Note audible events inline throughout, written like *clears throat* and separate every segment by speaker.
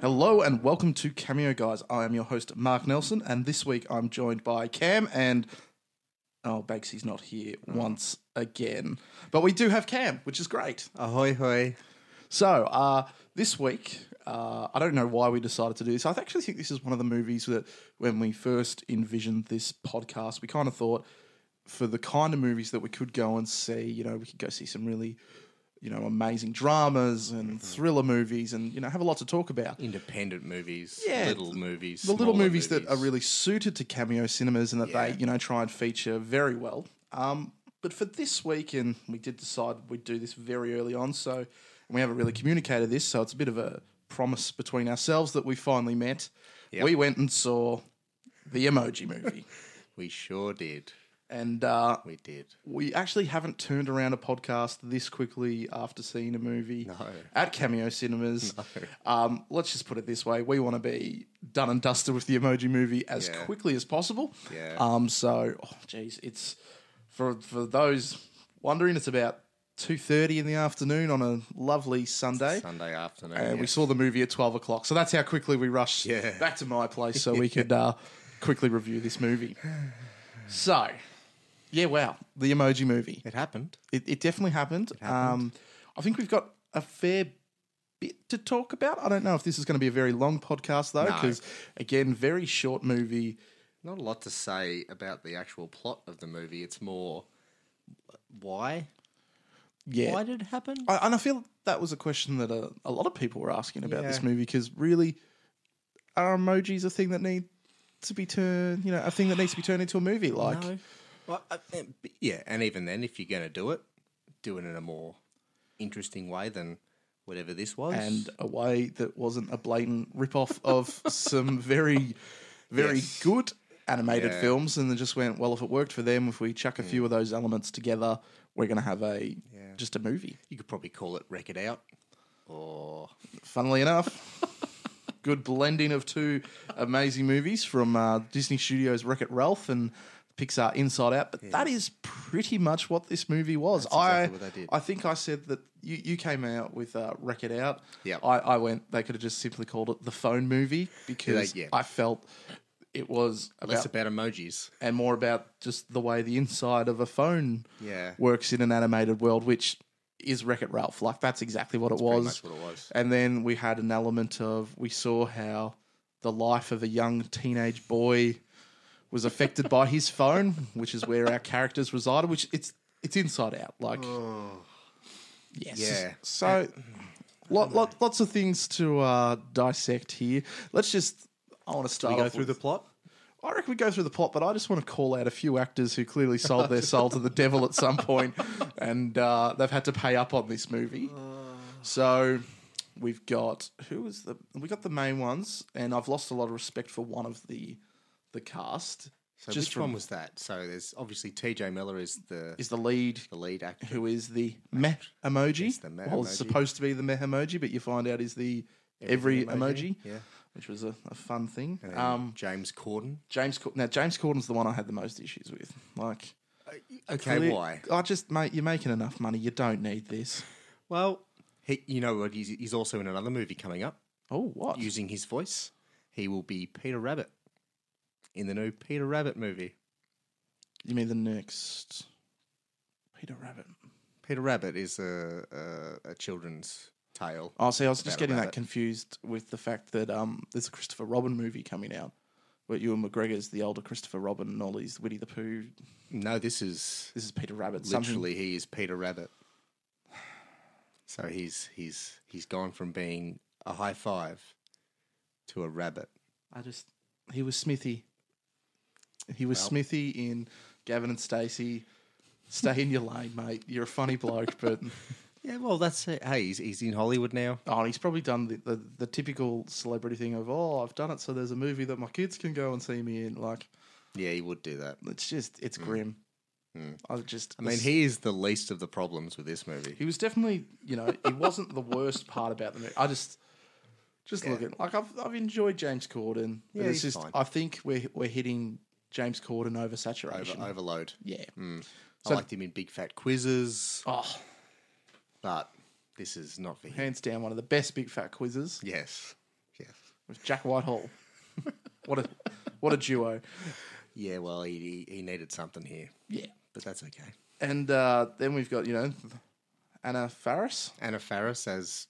Speaker 1: Hello and welcome to Cameo Guys. I am your host, Mark Nelson, and this week I'm joined by Cam and. Oh, Banksy's not here once again. But we do have Cam, which is great.
Speaker 2: Ahoy, hoy.
Speaker 1: So, uh, this week, uh, I don't know why we decided to do this. I actually think this is one of the movies that, when we first envisioned this podcast, we kind of thought for the kind of movies that we could go and see, you know, we could go see some really, you know, amazing dramas
Speaker 2: Mm-hmm.
Speaker 1: and thriller movies and, you know, have a lot to talk about.
Speaker 2: Independent movies,
Speaker 1: Yeah,
Speaker 2: little movies,
Speaker 1: the little
Speaker 2: smaller
Speaker 1: movies, that are really suited to cameo cinemas and that
Speaker 2: Yeah.
Speaker 1: they you know try and feature very well. Um, but for this week, and we did decide we'd do this very early on, so and we haven't really communicated this, so it's a bit of a promise between ourselves that we finally met.
Speaker 2: Yep.
Speaker 1: We went and saw the Emoji Movie, *laughs*
Speaker 2: we sure did.
Speaker 1: and uh,
Speaker 2: We did.
Speaker 1: we actually haven't turned around a podcast this quickly after seeing a movie at Cameo Cinemas. Um, let's just put it this way: we want to be done and dusted with the Emoji Movie as
Speaker 2: Yeah.
Speaker 1: quickly as possible.
Speaker 2: Yeah.
Speaker 1: Um. So, oh, geez, it's for for those wondering, it's about two thirty in the afternoon on a lovely Sunday.
Speaker 2: Sunday afternoon.
Speaker 1: And
Speaker 2: yeah.
Speaker 1: we saw the movie at 12 o'clock. So that's how quickly we rushed
Speaker 2: Yeah.
Speaker 1: back to my place
Speaker 2: *laughs*
Speaker 1: so we could uh, quickly review this movie. So, yeah, wow. The emoji movie.
Speaker 2: it happened.
Speaker 1: It, it definitely happened. Um, I think we've got a fair bit to talk about. I don't know if this is going to be a very long podcast, though,
Speaker 2: No.
Speaker 1: because, again, very short movie.
Speaker 2: Not a lot to say about the actual plot of the movie. It's more why?
Speaker 1: Yeah.
Speaker 2: Why did it happen?
Speaker 1: I, and I feel that was a question that a, a lot of people were asking about this
Speaker 2: Yeah.
Speaker 1: movie because really, are emojis a thing that need to be turned? You know, a thing that needs to be turned into a movie? Like,
Speaker 2: No. Well, I- and- but yeah, and even then, if you're going to do it, do it in a more interesting way than whatever this was.
Speaker 1: and a way that wasn't a blatant ripoff of some very, very
Speaker 2: Yes.
Speaker 1: good animated
Speaker 2: Yeah.
Speaker 1: films, and they just went, well, if it worked for them, if we chuck a few of those elements together, we're going to have a just a movie.
Speaker 2: you could probably call it Wreck It Out or
Speaker 1: Funnily enough. *laughs* Good blending of two amazing movies from uh, Disney Studios Wreck It Ralph and Pixar Inside Out, but that is pretty much what this movie was. I
Speaker 2: exactly what they did.
Speaker 1: I think I said that you, you came out with uh, Wreck It Out.
Speaker 2: Yep.
Speaker 1: I, I went. They could have just simply called it the Phone Movie because
Speaker 2: yeah.
Speaker 1: I felt it was
Speaker 2: less
Speaker 1: about
Speaker 2: about emojis.
Speaker 1: and more about just the way the inside of a phone
Speaker 2: Yeah.
Speaker 1: works in an animated world, which is Wreck It Ralph. Like that's exactly what it was.
Speaker 2: much what it was.
Speaker 1: And then we had an element of we saw how the life of a young teenage boy was affected by his phone, which is where our characters resided. Which it's it's inside out, like yes,
Speaker 2: Yeah.
Speaker 1: So lot, lot, lots of things to uh, dissect here. Let's just. I want to start off with-
Speaker 2: plot?
Speaker 1: I reckon we go through the plot, but I just want to call out a few actors who clearly sold their soul to the devil at some point, and uh, they've had to pay up on this movie. So we've got who is the we got the main ones, and I've lost a lot of respect for one of the the cast.
Speaker 2: So
Speaker 1: just
Speaker 2: which
Speaker 1: from
Speaker 2: one was that? So there's obviously T.J. Miller is the
Speaker 1: is the lead
Speaker 2: the lead actor.
Speaker 1: who is the meh emoji.
Speaker 2: It's the meh
Speaker 1: well, it's
Speaker 2: emoji.
Speaker 1: supposed to be the meh emoji, but you find out is the every, emoji,
Speaker 2: Yeah.
Speaker 1: which was a, a fun thing.
Speaker 2: And
Speaker 1: Um,
Speaker 2: James Corden.
Speaker 1: James Cor- now James Corden's the one I had the most issues with, like.
Speaker 2: Okay,
Speaker 1: Cle-
Speaker 2: why?
Speaker 1: I just, mate, you're making enough money. You don't need this.
Speaker 2: Well, he, you know what? He's, he's also in another movie coming up
Speaker 1: Oh, what?
Speaker 2: using his voice. He will be Peter Rabbit in the new Peter Rabbit movie.
Speaker 1: You mean the next Peter Rabbit?
Speaker 2: Peter Rabbit is a a, a children's tale.
Speaker 1: Oh, see, I was just
Speaker 2: About a
Speaker 1: getting that
Speaker 2: rabbit.
Speaker 1: confused with the fact that um, there's a Christopher Robin movie coming out. Where Ewan McGregor's the older Christopher Robin and all these Winnie the Pooh.
Speaker 2: No, this is
Speaker 1: This is Peter Rabbit. something-
Speaker 2: literally he is Peter Rabbit. So he's he's he's gone from being a high five to a rabbit.
Speaker 1: I just, he was Smithy. He was Smithy in Gavin and Stacey. Stay in your lane, mate. You're a funny bloke, but
Speaker 2: Yeah, well, that's it. Hey, he's, he's in Hollywood now.
Speaker 1: Oh, he's probably done the, the, the typical celebrity thing of, oh, I've done it, so there's a movie that my kids can go and see me in. Like,
Speaker 2: Yeah, he would do that.
Speaker 1: it's just, it's
Speaker 2: Mm.
Speaker 1: grim. I just,
Speaker 2: I mean, he is the least of the problems with this movie.
Speaker 1: he was definitely, you know, he wasn't the worst part about the movie. I just, just look at, like, I've, I've enjoyed James Corden. but
Speaker 2: Yeah,
Speaker 1: it's
Speaker 2: he's
Speaker 1: just,
Speaker 2: fine.
Speaker 1: I think we're, we're hitting James Corden oversaturation.
Speaker 2: Over, Mm. overload.
Speaker 1: Yeah.
Speaker 2: I liked him in Big Fat Quizzes,
Speaker 1: Oh,
Speaker 2: but this is not for him.
Speaker 1: hands down, one of the best big fat quizzes.
Speaker 2: Yes, yes.
Speaker 1: with Jack Whitehall. *laughs* what a what a duo.
Speaker 2: Yeah, well, he, he, he needed something here,
Speaker 1: Yeah.
Speaker 2: but that's okay.
Speaker 1: And uh, then we've got, you know, Anna Faris.
Speaker 2: Anna Faris as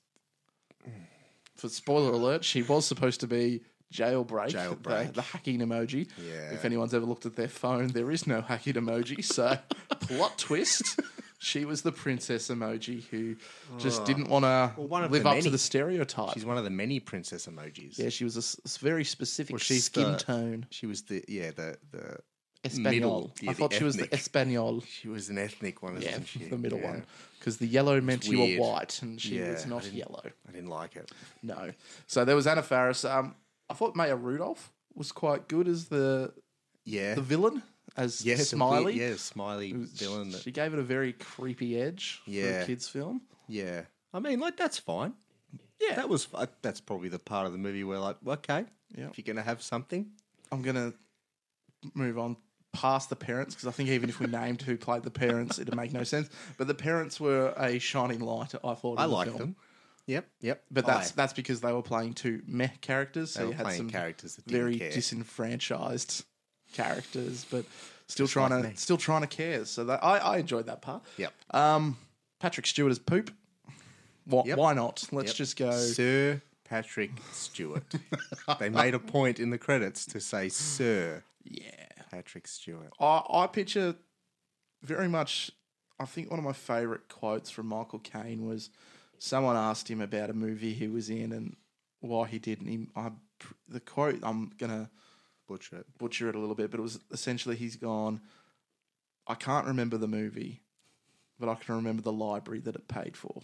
Speaker 1: For spoiler alert, she was supposed to be jailbreak.
Speaker 2: Jailbreak.
Speaker 1: The, the hacking emoji.
Speaker 2: Yeah.
Speaker 1: If anyone's ever looked at their phone, there is no hacking emoji.
Speaker 2: *laughs*
Speaker 1: So plot twist. She was the princess emoji who
Speaker 2: Oh.
Speaker 1: just didn't want to
Speaker 2: one of
Speaker 1: live
Speaker 2: the
Speaker 1: up to
Speaker 2: many.
Speaker 1: the stereotype.
Speaker 2: she's one of the many princess emojis.
Speaker 1: yeah, she was a s- s- very specific
Speaker 2: she's
Speaker 1: skin
Speaker 2: the-
Speaker 1: tone.
Speaker 2: She was the yeah the the
Speaker 1: Espanol.
Speaker 2: middle, yeah,
Speaker 1: I
Speaker 2: the
Speaker 1: thought she was the
Speaker 2: ethnic.
Speaker 1: Espanol.
Speaker 2: she was an ethnic one,
Speaker 1: Yeah,
Speaker 2: isn't *laughs* she?
Speaker 1: the middle
Speaker 2: Yeah.
Speaker 1: one. Because the yellow meant you were
Speaker 2: weird.
Speaker 1: white, and she
Speaker 2: Yeah,
Speaker 1: was
Speaker 2: I
Speaker 1: not
Speaker 2: didn't-
Speaker 1: yellow.
Speaker 2: I didn't like it.
Speaker 1: No. So there was Anna Faris. Um, I thought Maya Rudolph was quite good as the
Speaker 2: Yeah,
Speaker 1: the villain, as
Speaker 2: yeah, the weird-
Speaker 1: Smiley.
Speaker 2: yeah, smiley
Speaker 1: It was-
Speaker 2: villain. That,
Speaker 1: She gave it a very creepy edge for
Speaker 2: Yeah.
Speaker 1: a kids' film.
Speaker 2: yeah, I mean, like that's fine.
Speaker 1: Yeah.
Speaker 2: that was I- that's probably the part of the movie where like okay,
Speaker 1: Yeah.
Speaker 2: if you're gonna have something,
Speaker 1: I'm gonna move on past the parents because I think even if we *laughs* named who played the parents, it'd make no sense. But the parents were a shining light. I thought.
Speaker 2: I
Speaker 1: in the
Speaker 2: like
Speaker 1: film.
Speaker 2: them. Yep, yep.
Speaker 1: But
Speaker 2: I-
Speaker 1: that's that's because they were playing two meh characters. So
Speaker 2: they
Speaker 1: you
Speaker 2: were
Speaker 1: had
Speaker 2: playing
Speaker 1: some
Speaker 2: characters that didn't
Speaker 1: very
Speaker 2: care.
Speaker 1: disenfranchised characters, but still trying
Speaker 2: like
Speaker 1: to
Speaker 2: me.
Speaker 1: still trying to care. So that I, I enjoyed that part.
Speaker 2: yep.
Speaker 1: Um, Patrick Stewart as poop. Why,
Speaker 2: Yep.
Speaker 1: why not? Let's
Speaker 2: Yep.
Speaker 1: just go.
Speaker 2: Sir Patrick Stewart. *laughs* they made a point in the credits to say Sir
Speaker 1: yeah.
Speaker 2: Patrick Stewart.
Speaker 1: I, I picture very much. I think one of my favourite quotes from Michael Caine was someone asked him about a movie he was in and why he didn't. He, I, the quote I'm gonna
Speaker 2: Butcher it.
Speaker 1: butcher it a little bit, but it was essentially he's gone. I can't remember the movie, but I can remember the library that it paid for.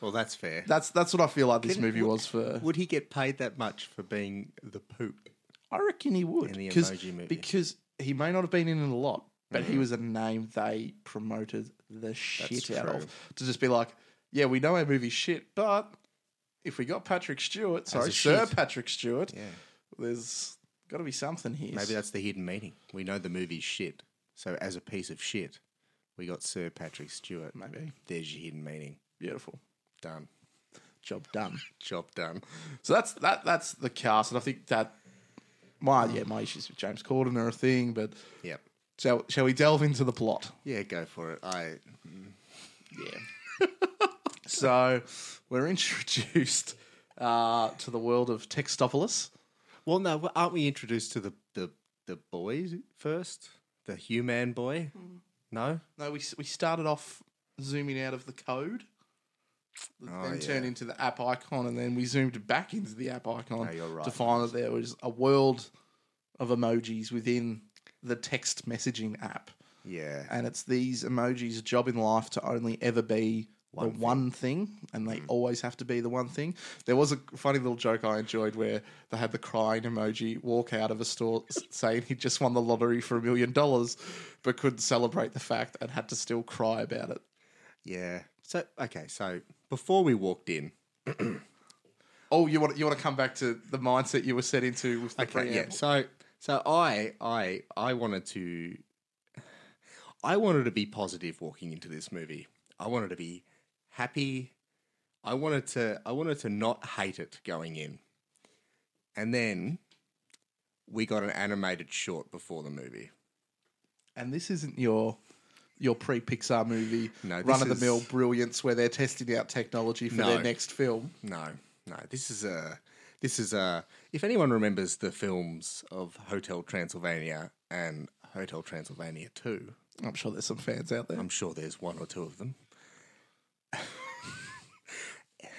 Speaker 2: Well, that's fair.
Speaker 1: That's that's what I feel like this
Speaker 2: Didn't-
Speaker 1: movie
Speaker 2: would-
Speaker 1: was for.
Speaker 2: Would he get paid that much for being the poop?
Speaker 1: I reckon he would
Speaker 2: In the
Speaker 1: because
Speaker 2: emoji movie. Mm-hmm.
Speaker 1: because he may not have been in it a lot, but he was a name they promoted the shit out
Speaker 2: true.
Speaker 1: of to just be like, yeah, we know our movie's shit, but if we got Patrick Stewart, sorry,
Speaker 2: a
Speaker 1: Sir
Speaker 2: shit.
Speaker 1: Patrick Stewart,
Speaker 2: Yeah.
Speaker 1: there's got to be something here.
Speaker 2: Maybe that's the hidden meaning. We know the movie's shit. So, as a piece of shit, we got Sir Patrick Stewart.
Speaker 1: maybe
Speaker 2: There's your hidden meaning.
Speaker 1: beautiful
Speaker 2: Done.
Speaker 1: job done.
Speaker 2: Job done.
Speaker 1: So that's that. That's the cast, and I think that my yeah my issues with James Corden are a thing. But
Speaker 2: Yep.
Speaker 1: shall shall we delve into the plot?
Speaker 2: Yeah, go for it. I mm,
Speaker 1: Yeah. so we're *laughs* introduced uh, to the world of Textopolis.
Speaker 2: Well, no, aren't we introduced to the the, the boys first? The human boy? No?
Speaker 1: No, we we started off zooming out of the code. that
Speaker 2: Oh,
Speaker 1: then
Speaker 2: yeah.
Speaker 1: turned into the app icon, and then we zoomed back into the app icon
Speaker 2: No, you're right.
Speaker 1: to find that there was a world of emojis within the text messaging app.
Speaker 2: Yeah.
Speaker 1: and it's these emojis' job in life to only ever be the one thing, and they
Speaker 2: Mm.
Speaker 1: always have to be the one thing. There was a funny little joke I enjoyed where they had the crying emoji walk out of a store s- *laughs* saying he just won the lottery for a million dollars, but couldn't celebrate the fact and had to still cry about it.
Speaker 2: Yeah. So okay, so before we walked in,
Speaker 1: Oh, you want you want to come back to the mindset you were set into with the
Speaker 2: okay, yeah.
Speaker 1: preamble?
Speaker 2: So so I I I wanted to I wanted to be positive walking into this movie. I wanted to be happy. I wanted to I wanted to not hate it going in. And then we got an animated short before the movie.
Speaker 1: And this isn't your your pre Pixar movie
Speaker 2: No, this
Speaker 1: run of the mill
Speaker 2: is-
Speaker 1: brilliance where they're testing out technology for their
Speaker 2: No.
Speaker 1: next film.
Speaker 2: No, no. This is a. This is a. If anyone remembers the films of Hotel Transylvania and Hotel Transylvania Two,
Speaker 1: I'm sure there's some fans out there.
Speaker 2: I'm sure there's one or two of them. *laughs*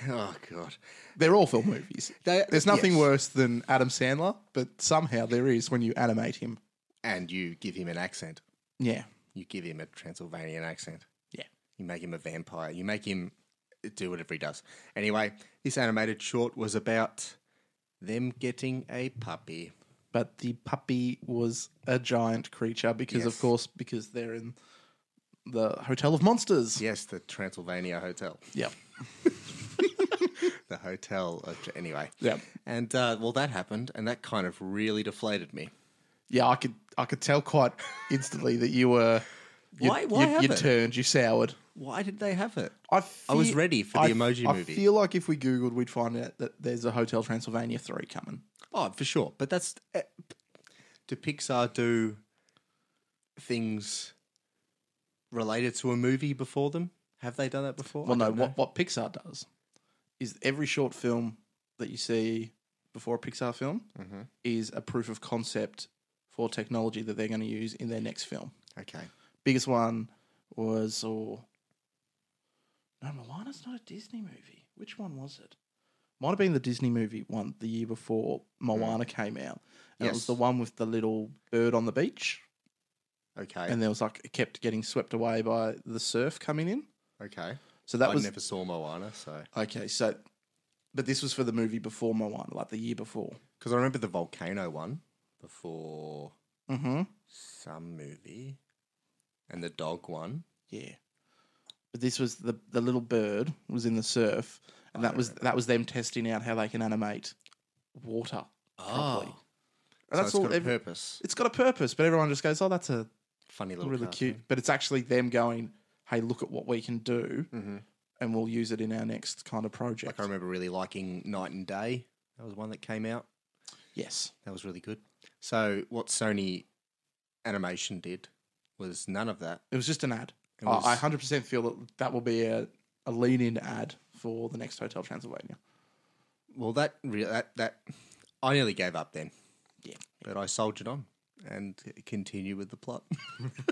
Speaker 2: oh God,
Speaker 1: They're all film *laughs* movies.
Speaker 2: They-
Speaker 1: There's nothing
Speaker 2: yes.
Speaker 1: worse than Adam Sandler, but somehow there is when you animate him.
Speaker 2: And you give him an accent.
Speaker 1: Yeah.
Speaker 2: You give him a Transylvanian accent.
Speaker 1: Yeah.
Speaker 2: You make him a vampire. You make him do whatever he does. Anyway, this animated short was about them getting a puppy.
Speaker 1: But the puppy was a giant creature because, of
Speaker 2: Yes.
Speaker 1: course, because they're in the Hotel of Monsters.
Speaker 2: Yes, the Transylvania Hotel.
Speaker 1: Yep.
Speaker 2: the hotel. uh, j- Anyway,
Speaker 1: Yeah.
Speaker 2: and uh, well, that happened, and that kind of really deflated me.
Speaker 1: Yeah, I could I could tell quite instantly that you were you,
Speaker 2: Why- why
Speaker 1: you, you
Speaker 2: happened?
Speaker 1: turned, you soured.
Speaker 2: Why did they have it?
Speaker 1: I,
Speaker 2: I was
Speaker 1: fe-
Speaker 2: ready for the
Speaker 1: I-
Speaker 2: emoji
Speaker 1: I
Speaker 2: movie.
Speaker 1: feel like if we Googled, we'd find out that there's a Hotel Transylvania 3 coming.
Speaker 2: Oh, for sure. But that's. eh, Do Pixar do things related to a movie before them? Have they done that before?
Speaker 1: Well,
Speaker 2: I
Speaker 1: no,
Speaker 2: don't know.
Speaker 1: what, what Pixar does is every short film that you see before a Pixar film
Speaker 2: Mm-hmm.
Speaker 1: is a proof of concept for technology that they're going to use in their next film.
Speaker 2: Okay.
Speaker 1: Biggest one was, or no, Moana's not a Disney movie. Which one was it? Might have been the Disney movie one the year before Moana came out. And it
Speaker 2: Mm. Yes.
Speaker 1: was the one with the little bird on the beach.
Speaker 2: Okay.
Speaker 1: And there was like, it kept getting swept away by the surf coming in.
Speaker 2: okay.
Speaker 1: So that
Speaker 2: I
Speaker 1: was
Speaker 2: never saw Moana, so.
Speaker 1: Okay, so, but this was for the movie before Moana, like the year before.
Speaker 2: Because I remember the volcano one before
Speaker 1: Mm-hmm.
Speaker 2: some movie and the dog one.
Speaker 1: Yeah, but this was the the little bird was in the surf, and that was that was them testing out how they can animate water. Properly. And
Speaker 2: Oh. So
Speaker 1: that's
Speaker 2: it's
Speaker 1: all.
Speaker 2: got a
Speaker 1: every-
Speaker 2: purpose.
Speaker 1: it's got a purpose, but everyone just goes, "Oh, that's a
Speaker 2: Funny little
Speaker 1: really cute." But it's actually them going, "Hey, look at what we can do,
Speaker 2: Mm-hmm.
Speaker 1: and we'll use it in our next kind of project."
Speaker 2: Like I remember really liking Night and Day. That was one that came out.
Speaker 1: yes,
Speaker 2: That was really good. So what Sony animation did was none of that.
Speaker 1: it was just an ad.
Speaker 2: It
Speaker 1: I-
Speaker 2: was-
Speaker 1: I hundred percent feel that that will be a, a lean-in ad for the next Hotel Transylvania.
Speaker 2: Well, that re- that that I nearly gave up then.
Speaker 1: Yeah.
Speaker 2: but I soldiered on and continue with the plot. *laughs*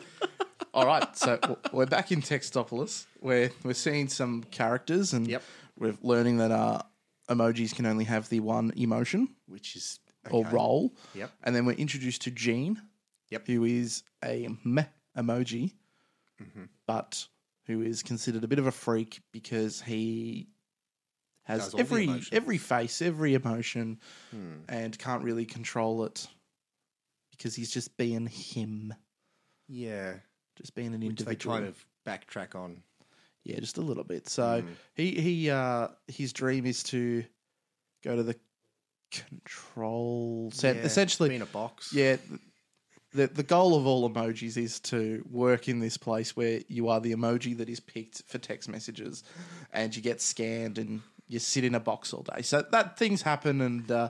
Speaker 1: All right, so w- we're back in Textopolis. We're we're seeing some characters, and
Speaker 2: Yep.
Speaker 1: we're learning that uh, emojis can only have the one emotion
Speaker 2: Which is
Speaker 1: or role.
Speaker 2: Yep.
Speaker 1: And then we're introduced to Jean,
Speaker 2: Yep.
Speaker 1: who is a meh emoji,
Speaker 2: Mm-hmm.
Speaker 1: but who is considered a bit of a freak because he has
Speaker 2: Does all the
Speaker 1: every
Speaker 2: emotions. Hmm.
Speaker 1: every face, every emotion, and can't really control it because he's just being him,
Speaker 2: Yeah,
Speaker 1: just being an
Speaker 2: which they
Speaker 1: individual.
Speaker 2: kind of backtrack on.
Speaker 1: Yeah, just a little bit. So he he uh his dream is to go to the control center.
Speaker 2: Yeah,
Speaker 1: Essentially,
Speaker 2: being a box.
Speaker 1: yeah. th- The the goal of all emojis is to work in this place where you are the emoji that is picked for text messages, and you get scanned and you sit in a box all day. So that things happen, and uh,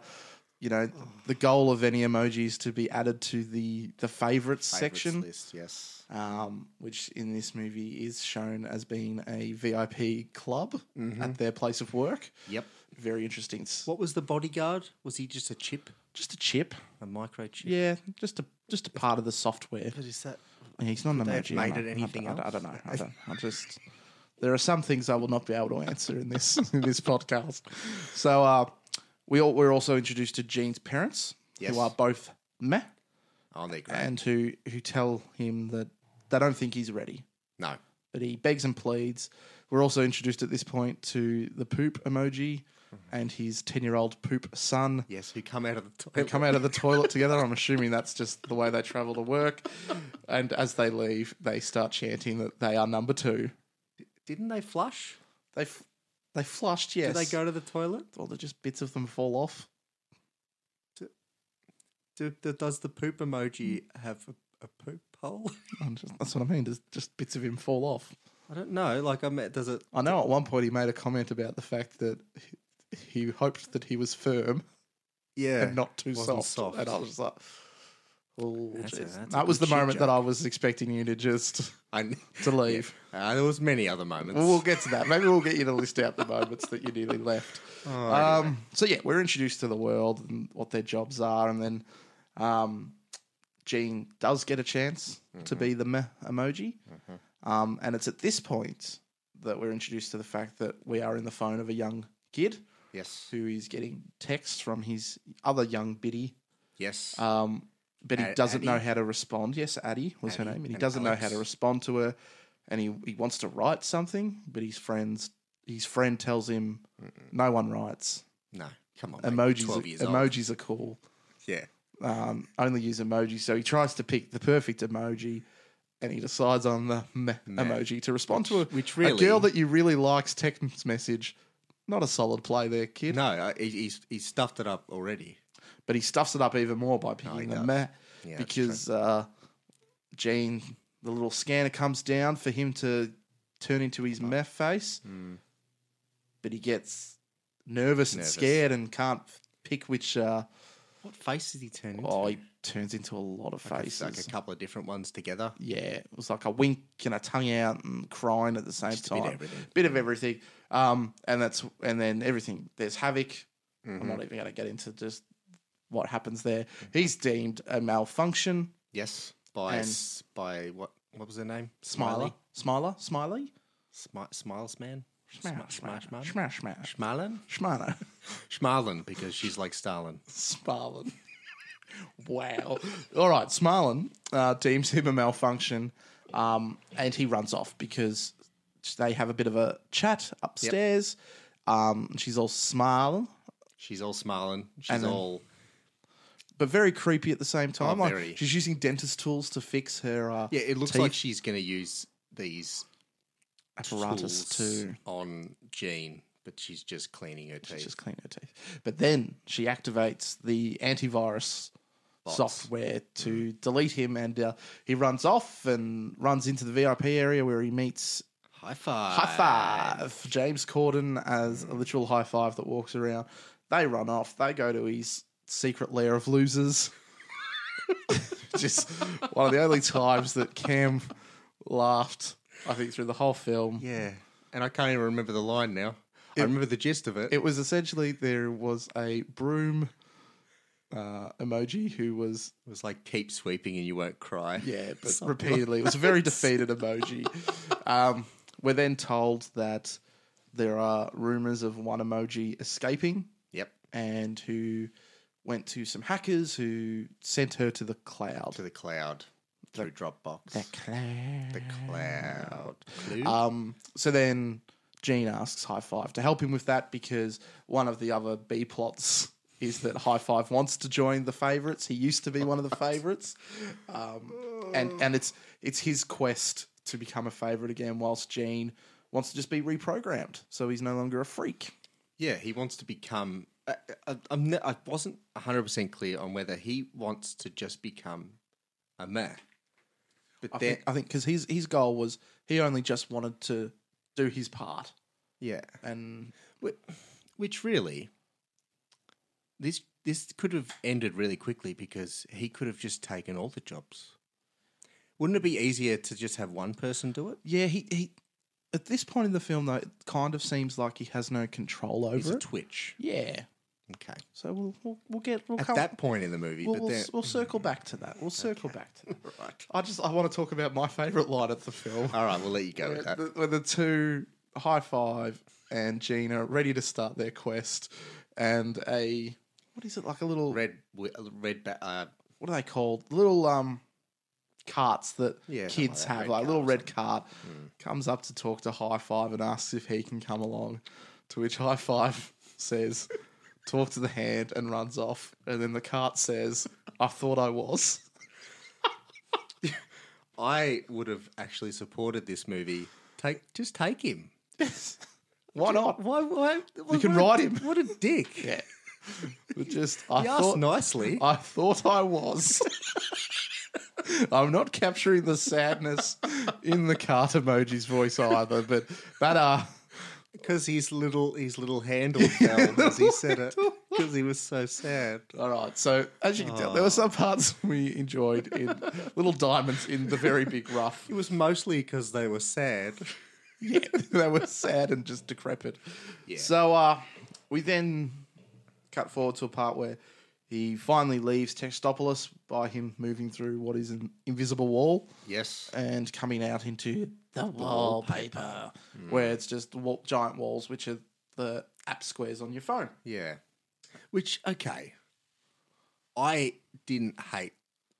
Speaker 1: you know the goal of any emoji is to be added to the the favorites
Speaker 2: Favourites
Speaker 1: section
Speaker 2: list. Yes.
Speaker 1: um, which in this movie is shown as being a VIP club
Speaker 2: Mm-hmm.
Speaker 1: at their place of work.
Speaker 2: Yep.
Speaker 1: Very interesting. It's
Speaker 2: What was the bodyguard? Was he just a chip,
Speaker 1: just a chip.
Speaker 2: a microchip?
Speaker 1: Yeah, just a just a part of the software.
Speaker 2: But is that
Speaker 1: Yeah, he's not an
Speaker 2: they have
Speaker 1: emoji.
Speaker 2: made
Speaker 1: I don't-
Speaker 2: it anything
Speaker 1: I, don't- I don't know.
Speaker 2: else?
Speaker 1: I don't. I
Speaker 2: *laughs*
Speaker 1: just there are some things I will not be able to answer in this *laughs* in this podcast. So uh, we all, we're also introduced to Gene's parents,
Speaker 2: Yes.
Speaker 1: who are both meh,
Speaker 2: Oh, they're great.
Speaker 1: and who who tell him that they don't think he's ready.
Speaker 2: no.
Speaker 1: but he begs and pleads. We're also introduced at this point to the poop emoji and his 10 year old poop son.
Speaker 2: Yes, who come out of the
Speaker 1: They
Speaker 2: toilet.
Speaker 1: come out of the toilet together. I'm assuming that's just the way they travel to work. And as they leave, they start chanting that they are number two.
Speaker 2: Didn't they flush?
Speaker 1: They f- they flushed, yes.
Speaker 2: Did they go to the toilet?
Speaker 1: Or they just bits of them fall off.
Speaker 2: Do, do, does the poop emoji have a, a poop hole?
Speaker 1: I'm just, that's what I mean. There's just bits of him fall off.
Speaker 2: I don't know. Like, I mean, does it?
Speaker 1: I know at one point he made a comment about the fact that he, he hoped that he was firm.
Speaker 2: Yeah.
Speaker 1: and not too
Speaker 2: Wasn't
Speaker 1: soft.
Speaker 2: soft.
Speaker 1: And I was just like, oh,
Speaker 2: That's a-
Speaker 1: jeez.
Speaker 2: that's a
Speaker 1: that was the
Speaker 2: good shit
Speaker 1: moment that I was expecting you to just *laughs*
Speaker 2: I,
Speaker 1: to leave.
Speaker 2: *laughs* uh, there was many other moments.
Speaker 1: Well, we'll get to that. Maybe we'll get you to list out the moments that you nearly *laughs* left. um, so yeah, we're introduced to the world and what their jobs are, and then um, Gene does get a chance to be the meh emoji, um, and it's at this point that we're introduced to the fact that we are in the phone of a young kid
Speaker 2: yes.
Speaker 1: who is getting texts from his other young biddy
Speaker 2: Yes. Uh,
Speaker 1: um, but he
Speaker 2: Ad-
Speaker 1: doesn't know
Speaker 2: Addie?
Speaker 1: how to respond. Yes, Addie was her
Speaker 2: Addie
Speaker 1: name, and he
Speaker 2: and
Speaker 1: doesn't know how
Speaker 2: Alex.
Speaker 1: to respond to her. And he, he wants to write something, but his friends his friend tells him no one writes
Speaker 2: no. Come on. mate, you're
Speaker 1: emojis.
Speaker 2: 12 years
Speaker 1: Are,
Speaker 2: old.
Speaker 1: emojis are cool.
Speaker 2: Yeah.
Speaker 1: Um, only use emojis. So he tries to pick the perfect emoji, and he decides on the meh emoji to respond to. A,
Speaker 2: which
Speaker 1: a
Speaker 2: really-
Speaker 1: girl that you really likes text message. Not a solid play there, kid.
Speaker 2: No, I- he, he's, he's stuffed it up already.
Speaker 1: but he stuffs it up even more by picking the
Speaker 2: Oh, does.
Speaker 1: meh
Speaker 2: Yeah, that's
Speaker 1: because uh, Gene, the little scanner comes down for him to turn into
Speaker 2: Oh.
Speaker 1: his meth face,
Speaker 2: Mm.
Speaker 1: but he gets nervous, and
Speaker 2: Nervous.
Speaker 1: scared and can't f- pick which. Uh,
Speaker 2: What face did he turn into?
Speaker 1: oh, he turns into a lot of
Speaker 2: Like a-
Speaker 1: faces.
Speaker 2: Like a couple of different ones together.
Speaker 1: yeah, it was like a wink and a tongue out and crying at the same
Speaker 2: a
Speaker 1: time.
Speaker 2: bit of everything.
Speaker 1: Bit of everything. Um, and that's and then everything. There's havoc. I'm
Speaker 2: Mhm.
Speaker 1: not even going to get into just what happens there. He's deemed a malfunction.
Speaker 2: Yes, by
Speaker 1: And-
Speaker 2: s- by what what was her name?
Speaker 1: Smiler, smiler, smiley,
Speaker 2: Smi- Smiles man.
Speaker 1: Schma-
Speaker 2: Smi-
Speaker 1: schma-
Speaker 2: Schmarshman?
Speaker 1: schma- schma-
Speaker 2: Schmarlin?
Speaker 1: Schmarno.
Speaker 2: Schmarlin, because she's like Stalin.
Speaker 1: Smarlin. *laughs* wow. All right, Smarlin uh, deems him a malfunction, um, and he runs off because they have a bit of a chat upstairs. Um, she's all smile,
Speaker 2: She's all smiling. She's
Speaker 1: And then-
Speaker 2: all
Speaker 1: but very creepy at the same time.
Speaker 2: Oh,
Speaker 1: like
Speaker 2: very.
Speaker 1: she's using dentist tools to fix her uh,
Speaker 2: yeah. It looks
Speaker 1: teeth
Speaker 2: like she's going to use these
Speaker 1: apparatus
Speaker 2: tools
Speaker 1: to
Speaker 2: on Jean, but she's just cleaning her teeth.
Speaker 1: She's just clean her teeth. But then she activates the antivirus software to
Speaker 2: Mm.
Speaker 1: delete him, and uh, he runs off and runs into the VIP area where he meets
Speaker 2: High five.
Speaker 1: High Five James Corden as a literal high five that walks around. They run off. They go to his secret lair of losers. *laughs* just one of the only times that Cam laughed. I think through the whole film.
Speaker 2: Yeah, and I can't even remember the line now. I remember the gist of it.
Speaker 1: it was essentially there was a broom uh, emoji who was
Speaker 2: It was like keep sweeping and you won't cry.
Speaker 1: yeah, but repeatedly it was a very defeated emoji. Um, we're then told that there are rumors of one emoji escaping
Speaker 2: Yep.
Speaker 1: and who went to some hackers who sent her to the cloud.
Speaker 2: To the cloud through Dropbox.
Speaker 1: The cloud.
Speaker 2: The cloud. Clue?
Speaker 1: Um, so then Gene asks High Five to help him with that because one of the other B plots is that High Five wants to join the favorites. He used to be one of the favorites, um, and and it's it's his quest to become a favorite again. Whilst Gene wants to just be reprogrammed, so he's no longer a freak.
Speaker 2: Yeah, he wants to become. I, I, I'm, ne- I wasn't 100% clear on whether he wants to just become a man. But
Speaker 1: I
Speaker 2: then,
Speaker 1: think I think because his his goal was he only just wanted to do his part,
Speaker 2: yeah.
Speaker 1: and
Speaker 2: Wh- Which really, this this could have ended really quickly because he could have just taken all the jobs. Wouldn't it be easier to just have one person do it?
Speaker 1: yeah, he he. At this point in the film, though, it kind of seems like he has no control over
Speaker 2: He's a
Speaker 1: it.
Speaker 2: twitch.
Speaker 1: Yeah.
Speaker 2: Okay.
Speaker 1: So we'll we'll, we'll get we'll
Speaker 2: At
Speaker 1: come,
Speaker 2: that point in the movie,
Speaker 1: we'll,
Speaker 2: but
Speaker 1: we'll,
Speaker 2: then
Speaker 1: we'll circle back to that. We'll circle back to that.
Speaker 2: right.
Speaker 1: I just I want to talk about my favorite line of the
Speaker 2: *laughs*
Speaker 1: film.
Speaker 2: All right, we'll let you go
Speaker 1: where,
Speaker 2: with that.
Speaker 1: the, where the two high five and Gina are ready to start their quest, and a what is it like a little
Speaker 2: Red, wi- red, ba- uh,
Speaker 1: what are they called? Little um carts that
Speaker 2: Yeah, something
Speaker 1: kids
Speaker 2: like that,
Speaker 1: have,
Speaker 2: red Hmm.
Speaker 1: like
Speaker 2: cart
Speaker 1: little
Speaker 2: or
Speaker 1: red cart. Comes up to talk to High Five and asks if he can come along. To which High Five says, "Talk to the hand," and runs off. And then the cart says, "I thought I was." *laughs*
Speaker 2: I would have actually supported this movie. Take just take him.
Speaker 1: Why not?
Speaker 2: Why? Why? You
Speaker 1: can ride him.
Speaker 2: What a dick.
Speaker 1: *laughs* Yeah. But just I
Speaker 2: He
Speaker 1: thought
Speaker 2: asked nicely.
Speaker 1: I thought I was. *laughs* I'm not capturing the sadness in the cart emoji's voice either, but that uh
Speaker 2: Because his little his little handle fell as he said it. Because he was so sad.
Speaker 1: All right. So as you can tell, there were some parts *laughs* we enjoyed in little diamonds in the very big rough.
Speaker 2: It was mostly because they were sad.
Speaker 1: *laughs* Yeah, *laughs* they were sad and just decrepit.
Speaker 2: Yeah.
Speaker 1: So uh, we then cut forward to a part where he finally leaves Textopolis by him moving through what is an invisible wall
Speaker 2: Yes.
Speaker 1: and coming out into the wallpaper, where it's just wall- giant walls, which are the app squares on your phone.
Speaker 2: Yeah. Which okay. I didn't hate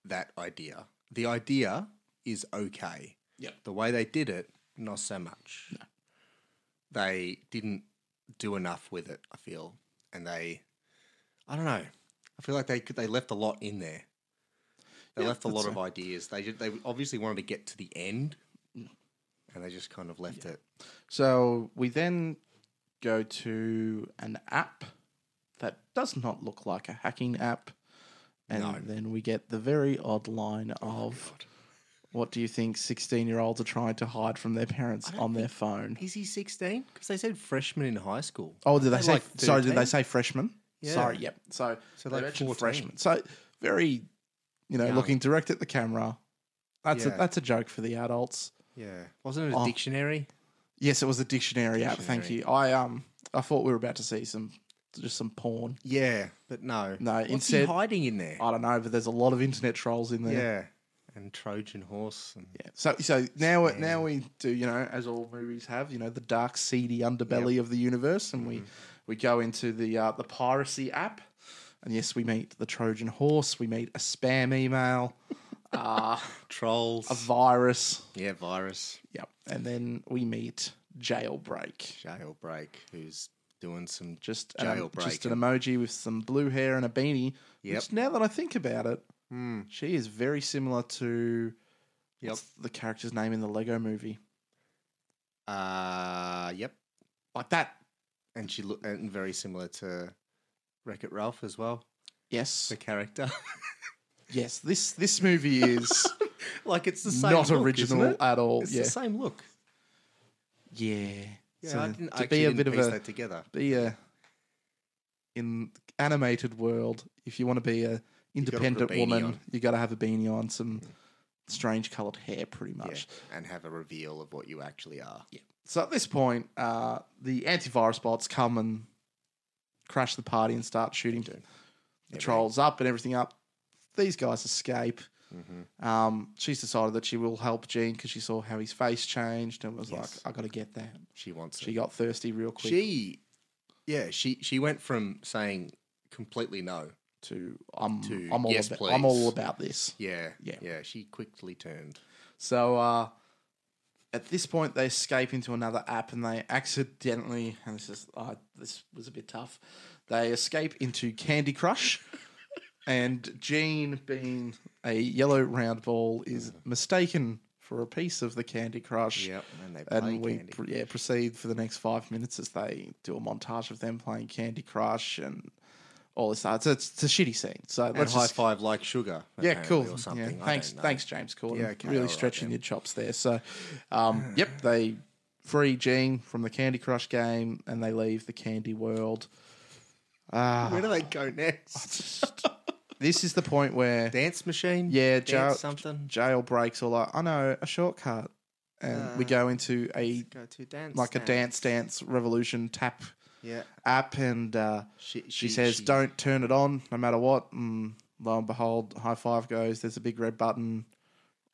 Speaker 2: that idea. The idea is okay.
Speaker 1: Yep.
Speaker 2: The way they did it, not so much. No. They didn't do enough with it, I feel. And they I don't know. I feel like they could they left a lot in there. They
Speaker 1: Yeah,
Speaker 2: left a
Speaker 1: that's
Speaker 2: lot of ideas. They ju- they obviously wanted to get to the end.
Speaker 1: Mm.
Speaker 2: And they just kind of left it.
Speaker 1: So we then go to an app that does not look like a hacking app. And
Speaker 2: No. Oh
Speaker 1: then we get the very odd line of What do you think 16 year olds are trying to hide from their parents on their phone?
Speaker 2: Is he 16? Because they said freshman in high school.
Speaker 1: Oh, did they
Speaker 2: They're
Speaker 1: say?
Speaker 2: like
Speaker 1: sorry, did they
Speaker 2: 13.
Speaker 1: say freshman?
Speaker 2: Yeah.
Speaker 1: Sorry, yep. So, so
Speaker 2: So
Speaker 1: they
Speaker 2: like
Speaker 1: mentioned
Speaker 2: 14.
Speaker 1: freshman. So very, you know,
Speaker 2: Young.
Speaker 1: looking direct at the camera. That's a,
Speaker 2: Yeah.
Speaker 1: that's a joke for the adults.
Speaker 2: Yeah. Wasn't it a
Speaker 1: Oh.
Speaker 2: dictionary?
Speaker 1: Yes, it was a dictionary, app. Thank you.
Speaker 2: Dictionary.
Speaker 1: I um I thought we were about to see some just some porn.
Speaker 2: Yeah, but no.
Speaker 1: No,
Speaker 2: What's he
Speaker 1: instead Oh,
Speaker 2: hiding in there?
Speaker 1: I don't know, but there's a lot of internet trolls in there.
Speaker 2: yeah. And Trojan horse. And,
Speaker 1: Yeah. So so now now we do you know as all movies have you know the dark seedy underbelly of the universe, and we
Speaker 2: Mm-hmm.
Speaker 1: we go into the uh, the piracy app, and yes, we meet the Trojan horse, we meet a spam email,
Speaker 2: *laughs*
Speaker 1: uh,
Speaker 2: Trolls.
Speaker 1: a virus,
Speaker 2: yeah, virus.
Speaker 1: yep, and then we meet jailbreak.
Speaker 2: Jailbreak. Who's doing some.
Speaker 1: Just an,
Speaker 2: Jailbreak.
Speaker 1: just an emoji with some blue hair and a beanie.
Speaker 2: Yep.
Speaker 1: Which now that I think about it,
Speaker 2: Hmm.
Speaker 1: she is very similar to
Speaker 2: Yep.
Speaker 1: what's the character's name in the Lego movie.
Speaker 2: Uh, yep.
Speaker 1: Like that.
Speaker 2: And she looked and very similar to Wreck It Ralph as well.
Speaker 1: Yes.
Speaker 2: The character. *laughs*
Speaker 1: Yes, this this movie is
Speaker 2: like it's *laughs* the same.
Speaker 1: not
Speaker 2: look,
Speaker 1: original
Speaker 2: isn't it?
Speaker 1: at all.
Speaker 2: It's
Speaker 1: yeah.
Speaker 2: the same look.
Speaker 1: yeah,
Speaker 2: Yeah,
Speaker 1: So
Speaker 2: I didn't,
Speaker 1: to
Speaker 2: I
Speaker 1: be a bit of
Speaker 2: piece
Speaker 1: a
Speaker 2: that together.
Speaker 1: be a in animated world, if you want to be a
Speaker 2: put a
Speaker 1: independent
Speaker 2: beanie
Speaker 1: woman,
Speaker 2: on.
Speaker 1: you got to have a beanie on, some strange coloured hair, pretty
Speaker 2: Yeah,
Speaker 1: much.
Speaker 2: and have a reveal of what you actually are. Yeah.
Speaker 1: So at this point, uh, the antivirus bots come and crash the party and start shooting the trolls up and everything up. These guys escape.
Speaker 2: Mm-hmm.
Speaker 1: Um, she's decided that she will help Gene because she saw how his face changed and was
Speaker 2: Yes.
Speaker 1: like, "I got to get that."
Speaker 2: She wants
Speaker 1: She
Speaker 2: it.
Speaker 1: got thirsty real quick
Speaker 2: She, yeah, she she went from saying completely no.
Speaker 1: to, "I'm,
Speaker 2: To,
Speaker 1: I'm all
Speaker 2: "Yes,
Speaker 1: about, I'm all
Speaker 2: please."
Speaker 1: about this."
Speaker 2: Yeah,
Speaker 1: Yeah.
Speaker 2: yeah. She quickly turned.
Speaker 1: So uh, at this point, they escape into another app and they accidentally, and this is uh, this was a bit tough. They escape into Candy
Speaker 2: *laughs*
Speaker 1: Crush, and Gene, being a yellow round ball, is mistaken for a piece of the Candy Crush.
Speaker 2: Mm. Yep, and they play
Speaker 1: And we
Speaker 2: candy.
Speaker 1: pr- yeah proceed for the next five minutes as they do a montage of them playing Candy Crush and all this. stuff. It's, it's, it's a shitty scene. So
Speaker 2: and
Speaker 1: let's
Speaker 2: high
Speaker 1: just
Speaker 2: five like sugar.
Speaker 1: yeah,
Speaker 2: apparently,
Speaker 1: cool.
Speaker 2: Or
Speaker 1: Yeah,
Speaker 2: something. I
Speaker 1: thanks,
Speaker 2: don't know.
Speaker 1: thanks, James Corden.
Speaker 2: Yeah, okay,
Speaker 1: really
Speaker 2: alright
Speaker 1: stretching
Speaker 2: then. Hmm.
Speaker 1: your chops there. So, um, yep, they free Gene from the Candy Crush game, and they leave the candy world. Ah,
Speaker 2: Where do they go *laughs* next?
Speaker 1: This is the point where
Speaker 2: Dance machine.
Speaker 1: yeah, jail,
Speaker 2: dance something.
Speaker 1: jail breaks or like I know a shortcut, and we go into a
Speaker 2: Go to Uh, dance.
Speaker 1: like a dance dance revolution tap
Speaker 2: Yeah.
Speaker 1: app, and uh,
Speaker 2: She,
Speaker 1: she says, "Don't turn it on, no matter what." And lo and behold, high five goes. There's a big red button.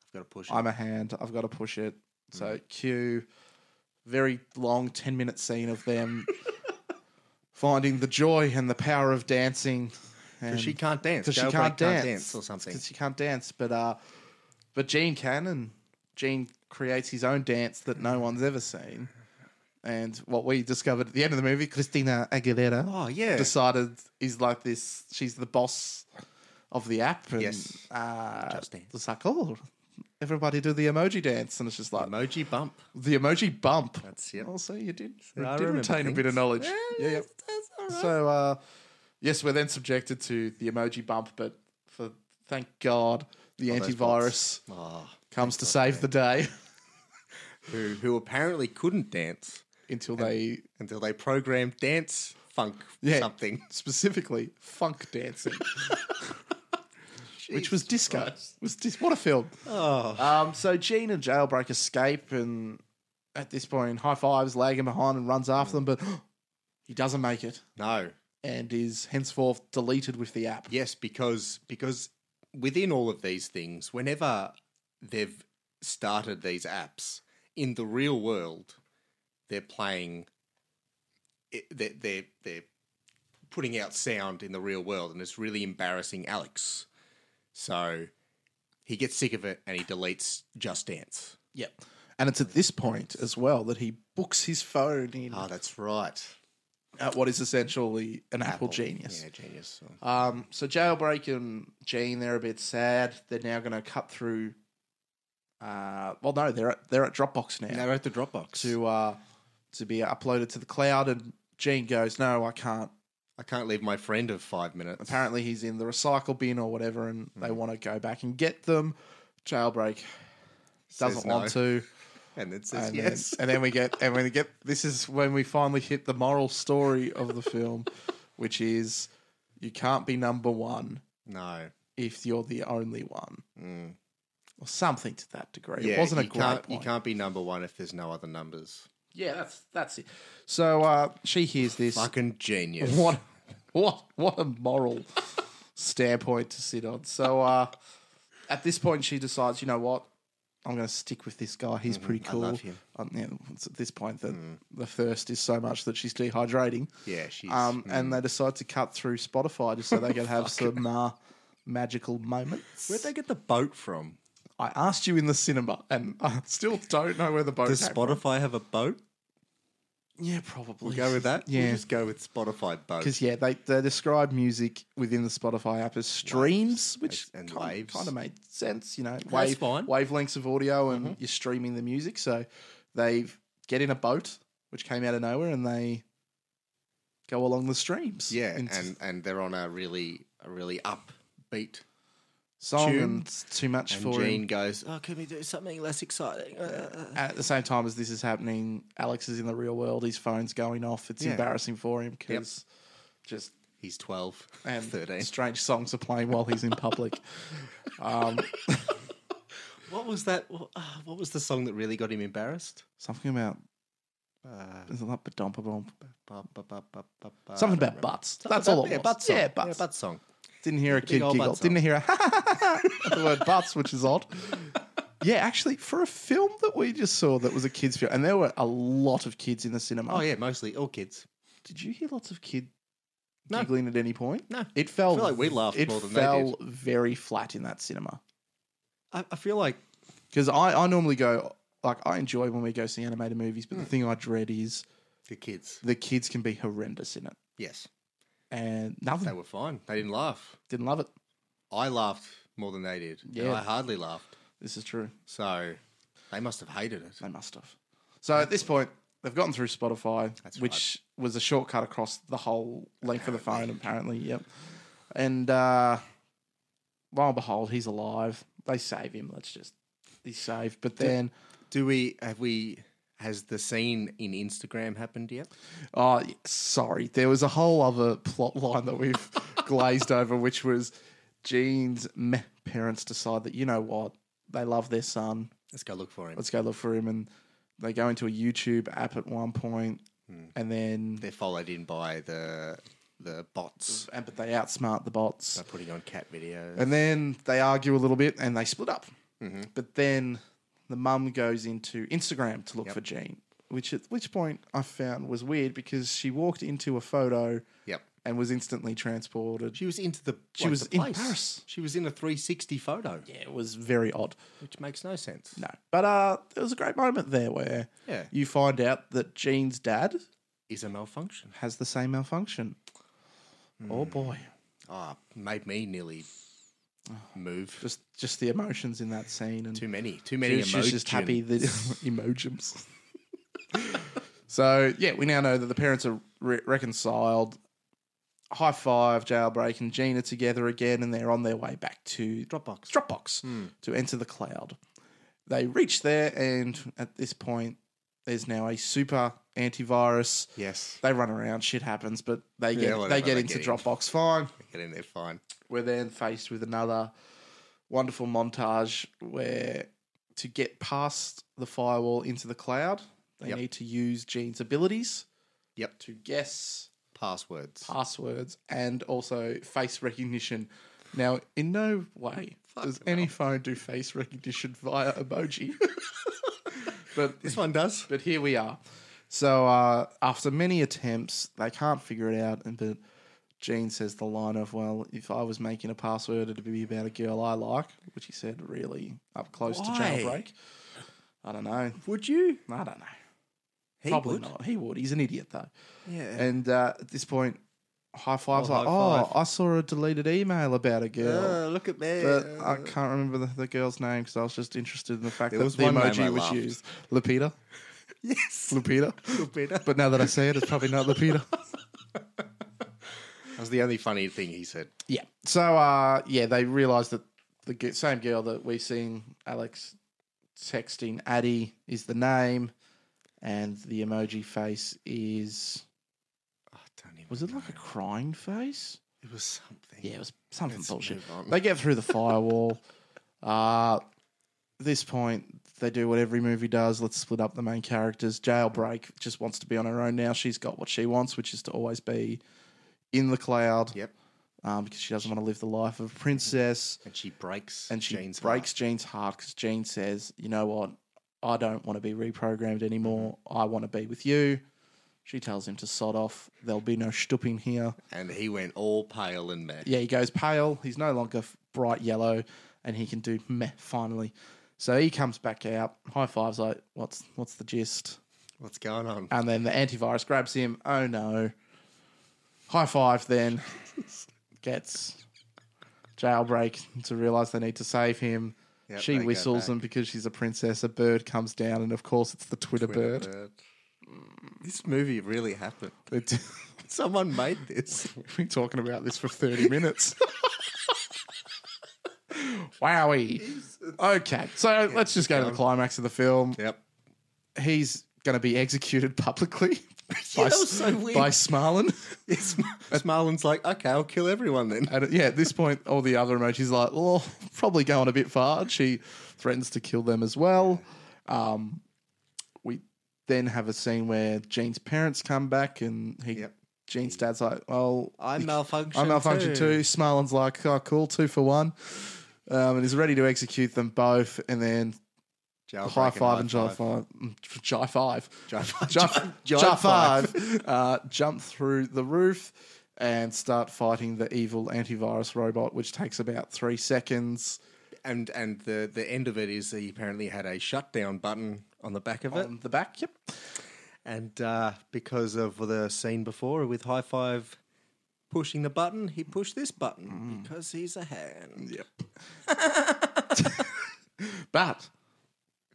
Speaker 2: I've got to push."
Speaker 1: I'm a hand. I've got to push it. So
Speaker 2: Mm.
Speaker 1: cue very long ten minute scene of
Speaker 2: *laughs*
Speaker 1: them finding the joy and the power of dancing. And
Speaker 2: Because she can't dance.
Speaker 1: because she
Speaker 2: Jailbreak
Speaker 1: can't dance.
Speaker 2: or something.
Speaker 1: 'Cause she can't dance, but uh, but Gene can, and Gene creates his own dance that no one's ever seen. And what we discovered at the end of the movie, Christina Aguilera
Speaker 2: Oh yeah.
Speaker 1: decided is like this. She's the boss of the app. And,
Speaker 2: Yes.
Speaker 1: uh,
Speaker 2: Just Dance.
Speaker 1: It's like, oh, everybody do the emoji dance, and it's just like
Speaker 2: Emoji bump.
Speaker 1: the emoji bump.
Speaker 2: That's it.
Speaker 1: Oh, so you did,
Speaker 2: I
Speaker 1: did
Speaker 2: remember
Speaker 1: retain a bit of
Speaker 2: things.
Speaker 1: knowledge.
Speaker 2: Yeah,
Speaker 1: Yeah. yeah. So, uh, yes, we're then subjected to the emoji bump, but for thank God, the
Speaker 2: those
Speaker 1: antivirus
Speaker 2: Ah,
Speaker 1: comes to save the day *laughs*
Speaker 2: who who apparently couldn't dance
Speaker 1: until they
Speaker 2: until they programmed dance funk
Speaker 1: Yeah.
Speaker 2: something, *laughs*
Speaker 1: specifically funk dancing, which was
Speaker 2: Jesus
Speaker 1: disco.
Speaker 2: Christ.
Speaker 1: Was dis- what a film.
Speaker 2: Oh,
Speaker 1: Um, so Gene and Jailbreak escape, and at this point, high fives, lagging behind, and runs after them, but *gasps* he doesn't make it
Speaker 2: no.
Speaker 1: and is henceforth deleted with the app.
Speaker 2: Yes, because because within all of these things, whenever they've started these apps in the real world, they're playing. it- They're they're, they're putting out sound in the real world, and it's really embarrassing Alex. So he gets sick of it, and he deletes Just Dance.
Speaker 1: Yep. And it's at this point as well that he books his phone in
Speaker 2: Ah, that's right.
Speaker 1: at what is essentially an Apple, Genius.
Speaker 2: Yeah, genius.
Speaker 1: Um, so Jailbreak and Gene, they're a bit sad. They're now going to cut through. Uh, well, no, they're at, they're at Dropbox now.
Speaker 2: Now we're at the Dropbox.
Speaker 1: to uh, to be uploaded to the cloud. And Gene goes, "No, I can't."
Speaker 2: I can't leave my friend of five minutes.
Speaker 1: Apparently, he's in the recycle bin or whatever, and they want to go back and get them. Jailbreak doesn't
Speaker 2: Says no.
Speaker 1: want to.
Speaker 2: and it says
Speaker 1: and
Speaker 2: yes.
Speaker 1: Then, and then we get, and when we get, this is when we finally hit the moral story of the film, which is you can't be number one
Speaker 2: no,
Speaker 1: if you're the only one,
Speaker 2: Mm.
Speaker 1: or something to that degree.
Speaker 2: yeah,
Speaker 1: it wasn't a
Speaker 2: you
Speaker 1: great
Speaker 2: can't,
Speaker 1: point.
Speaker 2: You can't be number one if there's no other numbers.
Speaker 1: Yeah, that's that's it. So uh, she hears this.
Speaker 2: Fucking genius.
Speaker 1: *laughs* What, what, what a moral standpoint to sit on. So uh, at this point, she decides, you know what, I'm going to stick with this guy. He's pretty cool.
Speaker 2: Mm-hmm. love him. Mm.
Speaker 1: Um, yeah, it's at this point that the thirst is so much that she's dehydrating.
Speaker 2: Yeah, Mm. she's.
Speaker 1: Um, and they decide to cut through Spotify just so they
Speaker 2: *laughs*
Speaker 1: can have some uh, magical moments.
Speaker 2: Where'd they get the boat from?
Speaker 1: I asked you in the cinema, and *laughs* I still don't know where the boat.
Speaker 2: Does
Speaker 1: came
Speaker 2: Spotify have a boat?
Speaker 1: from. Yeah, probably
Speaker 2: Go with that. We'll
Speaker 1: Yeah.
Speaker 2: just go with Spotify boat.
Speaker 1: Because yeah, they, they describe music within the Spotify app as streams, which
Speaker 2: and
Speaker 1: kind,
Speaker 2: waves.
Speaker 1: kind of made sense, you know, wave,
Speaker 2: fine.
Speaker 1: wavelengths of audio, and
Speaker 2: Mm-hmm.
Speaker 1: you're streaming the music. So they get in a boat, which came out of nowhere, and they go along the streams.
Speaker 2: Yeah,
Speaker 1: into
Speaker 2: and and they're on a really a really upbeat.
Speaker 1: song
Speaker 2: tune
Speaker 1: and it's too much
Speaker 2: And
Speaker 1: for
Speaker 2: Gene
Speaker 1: him.
Speaker 2: goes, "Oh, can we do something less exciting?" Uh,
Speaker 1: At the same time as this is happening, Alex is in the real world. His phone's going off. It's
Speaker 2: Yeah.
Speaker 1: embarrassing for him because just
Speaker 2: He's twelve
Speaker 1: and
Speaker 2: thirteen.
Speaker 1: strange songs are playing while he's in
Speaker 2: *laughs*
Speaker 1: public. um,
Speaker 2: What was that? What, uh, what was the song that really got him embarrassed?
Speaker 1: something about
Speaker 2: Uh,
Speaker 1: Is it not ba-dum-ba-dum?
Speaker 2: ba- ba- ba- ba- ba- ba-
Speaker 1: Something
Speaker 2: I don't
Speaker 1: about
Speaker 2: remember.
Speaker 1: butts. That's all it
Speaker 2: yeah,
Speaker 1: was.
Speaker 2: Butt song.
Speaker 1: Yeah, butts.
Speaker 2: butt song.
Speaker 1: Didn't hear a
Speaker 2: Big
Speaker 1: kid
Speaker 2: old
Speaker 1: giggle.
Speaker 2: butts on.
Speaker 1: Didn't hear a the
Speaker 2: *laughs*
Speaker 1: word butts, which is odd. Yeah, actually, for a film that we just saw that was a kids' film, and there were a lot of kids in the cinema.
Speaker 2: Oh yeah, mostly all kids.
Speaker 1: Did you hear lots of kid
Speaker 2: No.
Speaker 1: giggling at any point?
Speaker 2: No.
Speaker 1: It fell.
Speaker 2: I feel like we laughed
Speaker 1: it
Speaker 2: more than they
Speaker 1: fell very flat in that cinema
Speaker 2: I, I feel like
Speaker 1: because I, I normally go like I enjoy when we go see animated movies,
Speaker 2: Hmm.
Speaker 1: but the thing I dread is
Speaker 2: the kids.
Speaker 1: the kids can be horrendous in it,
Speaker 2: Yes,
Speaker 1: and
Speaker 2: they
Speaker 1: nothing
Speaker 2: were fine. They didn't laugh.
Speaker 1: didn't love it.
Speaker 2: I laughed more than they did. and
Speaker 1: Yeah.
Speaker 2: I hardly laughed.
Speaker 1: This is true.
Speaker 2: So they must have hated it.
Speaker 1: They must have. So at this point, they've gotten through Spotify,
Speaker 2: That's
Speaker 1: which was a shortcut across the whole length of the phone, apparently. Yep. And uh, lo and behold, he's alive. They save him. Let's just he's saved. But then,
Speaker 2: Do we have we has the scene in Instagram happened yet?
Speaker 1: oh, sorry, there was a whole other plot line that *laughs* we've glazed over, which was Gene's meh parents decide that you know what they love their son.
Speaker 2: Let's go look for him.
Speaker 1: Let's go look for him, and they go into a YouTube app at one point,
Speaker 2: Hmm.
Speaker 1: and then
Speaker 2: They're followed in by the the bots.
Speaker 1: and but they outsmart the bots.
Speaker 2: They're putting on cat videos.
Speaker 1: And then they argue a little bit and they split up.
Speaker 2: Mm-hmm.
Speaker 1: But then the mum goes into Instagram to look for Jean, which at which point I found was weird because she walked into a photo
Speaker 2: yep.
Speaker 1: and was instantly transported.
Speaker 2: She was into the
Speaker 1: She
Speaker 2: like,
Speaker 1: was
Speaker 2: the
Speaker 1: in
Speaker 2: place.
Speaker 1: Paris.
Speaker 2: She was in a 360 photo,
Speaker 1: Yeah, it was very odd.
Speaker 2: which makes no sense.
Speaker 1: No, but uh, there was a great moment there where
Speaker 2: Yeah.
Speaker 1: you find out that Jean's dad
Speaker 2: Is a malfunction.
Speaker 1: has the same malfunction.
Speaker 2: Hmm.
Speaker 1: Oh boy,
Speaker 2: Ah, made me nearly move.
Speaker 1: just just the emotions in that scene and
Speaker 2: too many, too many
Speaker 1: She- She's just
Speaker 2: emojis.
Speaker 1: happy that *laughs* emojis. so yeah, we now know that the parents are re- reconciled. High five, jailbreak, and Gina together again, and they're on their way back to
Speaker 2: Dropbox.
Speaker 1: Dropbox
Speaker 2: Hmm.
Speaker 1: to enter the cloud. They reach there, and at this point, there's now a super antivirus.
Speaker 2: Yes,
Speaker 1: They run around, shit happens, but they get
Speaker 2: whatever,
Speaker 1: they get
Speaker 2: they
Speaker 1: into
Speaker 2: get in.
Speaker 1: Dropbox fine
Speaker 2: get in there fine.
Speaker 1: we're then faced with another wonderful montage where to get past the firewall into the cloud, they
Speaker 2: Yep.
Speaker 1: need to use Gene's abilities
Speaker 2: Yep.
Speaker 1: to guess
Speaker 2: Passwords.
Speaker 1: passwords and also face recognition. Now, in no way does any phone do face recognition via emoji. *laughs* but
Speaker 2: This one does.
Speaker 1: but here we are. So uh, after many attempts, they can't figure it out. And but Gene says the line of, "Well, if I was making a password, it'd be about a girl I like," which he said really up close
Speaker 2: Why?
Speaker 1: to jailbreak. I don't know.
Speaker 2: Would you?
Speaker 1: I don't know.
Speaker 2: He
Speaker 1: Probably
Speaker 2: would.
Speaker 1: not. He would. He's an idiot though.
Speaker 2: Yeah.
Speaker 1: And uh, at this point, high five's
Speaker 2: Oh,
Speaker 1: like,
Speaker 2: high
Speaker 1: "Oh,
Speaker 2: five.
Speaker 1: I saw a deleted email about a girl."
Speaker 2: Uh, look at me.
Speaker 1: But I *laughs* can't remember the, the girl's name because I was just interested in the fact
Speaker 2: There
Speaker 1: that
Speaker 2: was
Speaker 1: the
Speaker 2: one name I
Speaker 1: emoji was
Speaker 2: laughed.
Speaker 1: used. Lupita.
Speaker 2: yes.
Speaker 1: Lupita.
Speaker 2: Lupita.
Speaker 1: But now that I say it, it's probably not Lupita.
Speaker 2: That was the only funny thing he said.
Speaker 1: yeah. So, uh, yeah, they realise that the g- same girl that we've seen Alex texting Addy is the name, and the emoji face is
Speaker 2: Oh, I don't even.
Speaker 1: was it like a
Speaker 2: know.
Speaker 1: crying face?
Speaker 2: It was something.
Speaker 1: Yeah, it was something
Speaker 2: Let's
Speaker 1: bullshit.
Speaker 2: move on.
Speaker 1: They get through the firewall. uh this point they do what every movie does. Let's split up the main characters. Jailbreak just wants to be on her own now. She's got what she wants, which is to always be in the cloud.
Speaker 2: Yep.
Speaker 1: Um, because she doesn't want to live the life of a princess.
Speaker 2: And she breaks.
Speaker 1: And she
Speaker 2: Jane's heart.
Speaker 1: breaks Jean's heart because Jean says, "You know what? I don't want to be reprogrammed anymore. I want to be with you." She tells him to sod off. There'll be no stooping here.
Speaker 2: And he went all pale and mad.
Speaker 1: Yeah, he goes pale. He's no longer f- bright yellow, and he can do meh finally. So he comes back out. High fives. Like, what's what's the gist?
Speaker 2: What's going on?
Speaker 1: And then the antivirus grabs him. Oh no! High five.
Speaker 2: *laughs*
Speaker 1: Then gets jailbreak to realize they need to save him.
Speaker 2: Yep,
Speaker 1: she
Speaker 2: they go
Speaker 1: whistles,
Speaker 2: back.
Speaker 1: and because she's a princess, a bird comes down, and of course, it's the Twitter,
Speaker 2: Twitter
Speaker 1: bird.
Speaker 2: bird. Mm. This movie really happened. Someone made this.
Speaker 1: *laughs* We've been talking about this for
Speaker 2: *laughs*
Speaker 1: thirty minutes. Wowie. Okay, so let's just go to the climax of the film.
Speaker 2: Yep.
Speaker 1: He's going to be executed
Speaker 2: *laughs*
Speaker 1: publicly by,
Speaker 2: that was so weird.
Speaker 1: by Smarlin. *laughs*
Speaker 2: It's, Marlon's like, okay, I'll kill everyone then.
Speaker 1: And uh, yeah, at this point, all the other emojis are like, well, probably going a bit far. And she threatens to kill them as well. Um, we then have a scene where Jean's parents come back, and he,
Speaker 2: Yep.
Speaker 1: Jean's dad's like, well, *laughs*
Speaker 2: I malfunction.
Speaker 1: I'm malfunction too. Smarlin's like, oh, cool, two for one. Um, and he's ready to execute them both, and then
Speaker 2: Jailbreak
Speaker 1: high five and jai
Speaker 2: high
Speaker 1: five, Mm, jai five, *laughs*
Speaker 2: Jai five.
Speaker 1: Jump,
Speaker 2: Jai
Speaker 1: Jai
Speaker 2: five.
Speaker 1: five, uh, jump through the roof and start fighting the evil antivirus robot, which takes about three seconds
Speaker 2: And and the the end of it is he apparently had a shutdown button on Um, the back of it,
Speaker 1: on the back. Yep.
Speaker 2: and uh, because of the scene before with high five pushing the button, he pushed this button
Speaker 1: Mm.
Speaker 2: because he's
Speaker 1: *laughs*
Speaker 2: a hand.
Speaker 1: Yep. but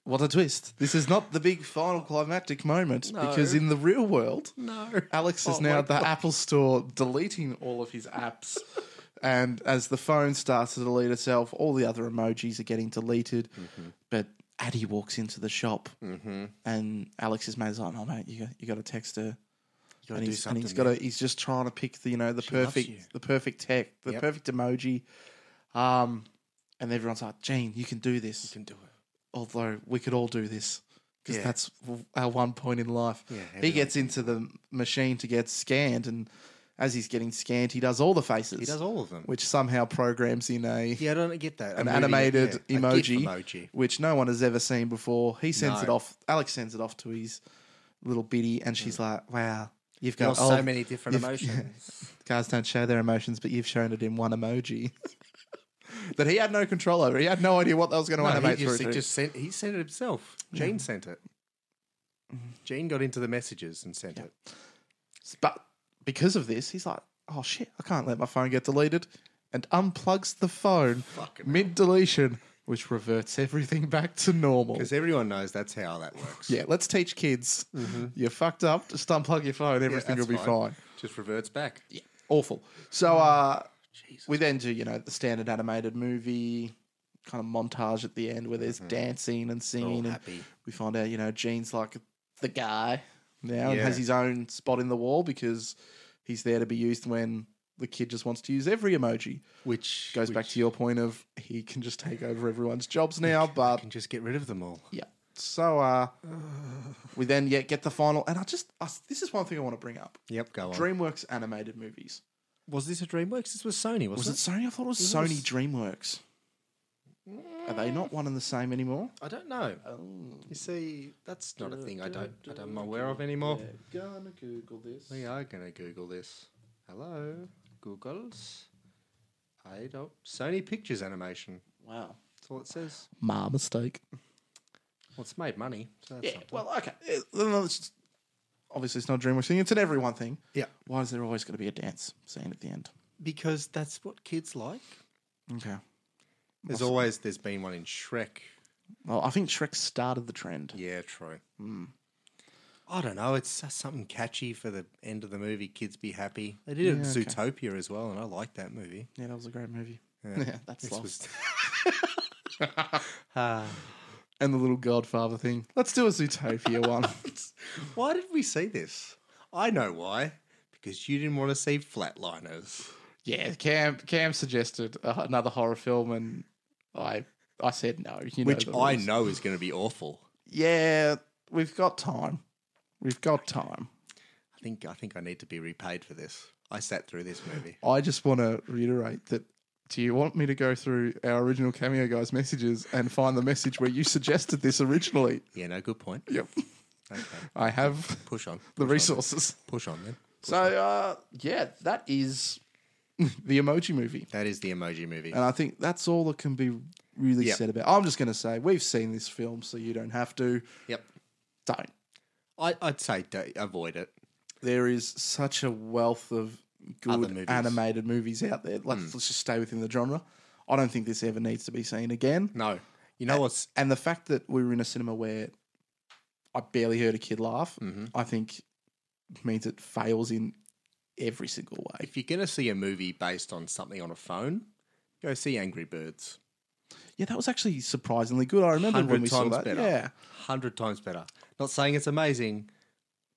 Speaker 1: what a twist! This is not the big final climactic moment because in the real world,
Speaker 2: No,
Speaker 1: Alex is
Speaker 2: Oh
Speaker 1: now
Speaker 2: my
Speaker 1: at the Apple store deleting all of his apps. and as the phone starts to delete itself, all the other emojis are getting deleted.
Speaker 2: Mm-hmm.
Speaker 1: But Addy walks into the shop and Alex's mate's like, oh, mate, you got, you got to text her.
Speaker 2: you gotta
Speaker 1: And
Speaker 2: do
Speaker 1: he's, and
Speaker 2: something.
Speaker 1: he's got to, he's just trying to pick the, you know, the
Speaker 2: loves you.
Speaker 1: perfect, the perfect tech, the
Speaker 2: Yep.
Speaker 1: perfect emoji. Um, and everyone's like, Gene, you can do this.
Speaker 2: you can do it.
Speaker 1: Although we could all do this because
Speaker 2: Yeah.
Speaker 1: that's our one point in life.
Speaker 2: Yeah,
Speaker 1: he
Speaker 2: everyone
Speaker 1: gets into the machine to get scanned, and as he's getting scanned, he does all the faces,
Speaker 2: He does all of them.
Speaker 1: which somehow programs in a
Speaker 2: Yeah, I don't get that.
Speaker 1: an
Speaker 2: A movie-
Speaker 1: animated
Speaker 2: yeah, a GIF
Speaker 1: emoji,
Speaker 2: emoji.
Speaker 1: which no one has ever seen before. He sends
Speaker 2: No.
Speaker 1: it off. Alex sends it off to his little biddy, and she's like, "Wow, you've
Speaker 2: Mm. There are
Speaker 1: got
Speaker 2: so many different
Speaker 1: you've- *laughs*
Speaker 2: emotions.
Speaker 1: Guys don't show their emotions, but you've shown it in one emoji." *laughs* That he had no control over. He had no idea what that was going to
Speaker 2: No,
Speaker 1: animate
Speaker 2: he just,
Speaker 1: through.
Speaker 2: he
Speaker 1: to.
Speaker 2: just sent. He sent it himself. Gene sent it.
Speaker 1: Mm-hmm.
Speaker 2: Gene got into the messages and sent it.
Speaker 1: But because of this, he's like, oh shit, I can't let my phone get deleted. And unplugs the phone
Speaker 2: Fucking
Speaker 1: mid deletion, which reverts everything *laughs* back to normal.
Speaker 2: Because everyone knows that's how that works.
Speaker 1: Yeah, let's teach kids. You're fucked up. Just unplug your phone. Everything
Speaker 2: Mm-hmm. that's
Speaker 1: will be fine.
Speaker 2: Just reverts back.
Speaker 1: Yeah, awful. So uh,
Speaker 2: Mm. Jesus.
Speaker 1: we then do you know the standard animated movie kind of montage at the end where there's dancing and singing. and
Speaker 2: Mm-hmm. happy.
Speaker 1: We find out you know Gene's like the guy now and
Speaker 2: Yeah.
Speaker 1: has his own spot in the wall because he's there to be used when the kid just wants to use every emoji.
Speaker 2: Which
Speaker 1: Goes
Speaker 2: which
Speaker 1: back to your point of he can just take over everyone's jobs now, but
Speaker 2: Can just get rid of them all.
Speaker 1: yeah. So uh,
Speaker 2: *sighs*
Speaker 1: we then yeah get the final, and I just I, this is one thing I want to bring up.
Speaker 2: Yep. Go on.
Speaker 1: DreamWorks animated movies.
Speaker 2: was this a DreamWorks? This was Sony,
Speaker 1: Was it
Speaker 2: wasn't it?
Speaker 1: Sony? I thought it was
Speaker 2: it
Speaker 1: Sony DreamWorks. Are they not one and the same anymore?
Speaker 2: I don't know.
Speaker 1: Oh,
Speaker 2: You see, that's not a thing I don't. I don't- I'm aware of
Speaker 1: Oh.
Speaker 2: anymore.
Speaker 1: gonna Google this.
Speaker 2: We are going to Google this. Hello, Google's. I don't. Sony Pictures Animation.
Speaker 1: Wow,
Speaker 2: That's all it says.
Speaker 1: my mistake.
Speaker 2: Well, it's made money. So that's
Speaker 1: Yeah.
Speaker 2: something.
Speaker 1: Well, okay. Eh, no, it's just- obviously, it's not a DreamWorks thing. It's an everyone thing.
Speaker 2: yeah.
Speaker 1: Why is there always going to be a dance scene at the end?
Speaker 2: Because that's what kids like.
Speaker 1: Okay.
Speaker 2: There's always there's been one in Shrek.
Speaker 1: Well, I think Shrek started the trend.
Speaker 2: Yeah, true. I don't know. It's just something catchy for the end of the movie. Kids be happy. They did it in
Speaker 1: Yeah, okay.
Speaker 2: Zootopia as well, and I like that movie.
Speaker 1: Yeah, that was a great movie. Yeah, that's
Speaker 2: This
Speaker 1: lost.
Speaker 2: was- Ah,
Speaker 1: and the little Godfather thing. Let's do a Zootopia one. *laughs*
Speaker 2: Why did we say this? I know why. Because you didn't want to see flatliners.
Speaker 1: Yeah, Cam Cam suggested uh, another horror film, and I I said no. You know
Speaker 2: Which
Speaker 1: the
Speaker 2: I
Speaker 1: rules.
Speaker 2: know is going to be awful.
Speaker 1: Yeah, we've got time. We've got time.
Speaker 2: I think I think I need to be repaid for this. I sat through this movie.
Speaker 1: I just want to reiterate that. Do you want me to go through our original cameo guys' messages and find the message where you suggested this originally?
Speaker 2: Yeah, no, good point.
Speaker 1: Yep,
Speaker 2: Okay,
Speaker 1: I have
Speaker 2: push on.
Speaker 1: the
Speaker 2: push on.
Speaker 1: resources.
Speaker 2: Push on then.
Speaker 1: So uh, yeah, that is *laughs* the Emoji Movie,
Speaker 2: That is the emoji movie.
Speaker 1: and I think that's all that can be really
Speaker 2: Yep.
Speaker 1: said about. I'm just going to say we've seen this film, so you don't have to.
Speaker 2: yep.
Speaker 1: Don't.
Speaker 2: I, I'd say do avoid it.
Speaker 1: There is such a wealth of good
Speaker 2: Other movies. Mm.
Speaker 1: animated movies out there. Let's, let's just stay within the genre. I don't think this ever needs to be seen again.
Speaker 2: No. You
Speaker 1: Uh,
Speaker 2: know what's
Speaker 1: And the fact that we were in a cinema where I barely heard a kid laugh,
Speaker 2: Mm-hmm.
Speaker 1: I think means it fails in every single way.
Speaker 2: if you're going to see a movie based on something on a phone, go see Angry Birds.
Speaker 1: Yeah, that was actually surprisingly good. I remember when
Speaker 2: Hundred
Speaker 1: we saw
Speaker 2: times
Speaker 1: that.
Speaker 2: better.
Speaker 1: Yeah,
Speaker 2: Hundred times better. Not saying it's amazing,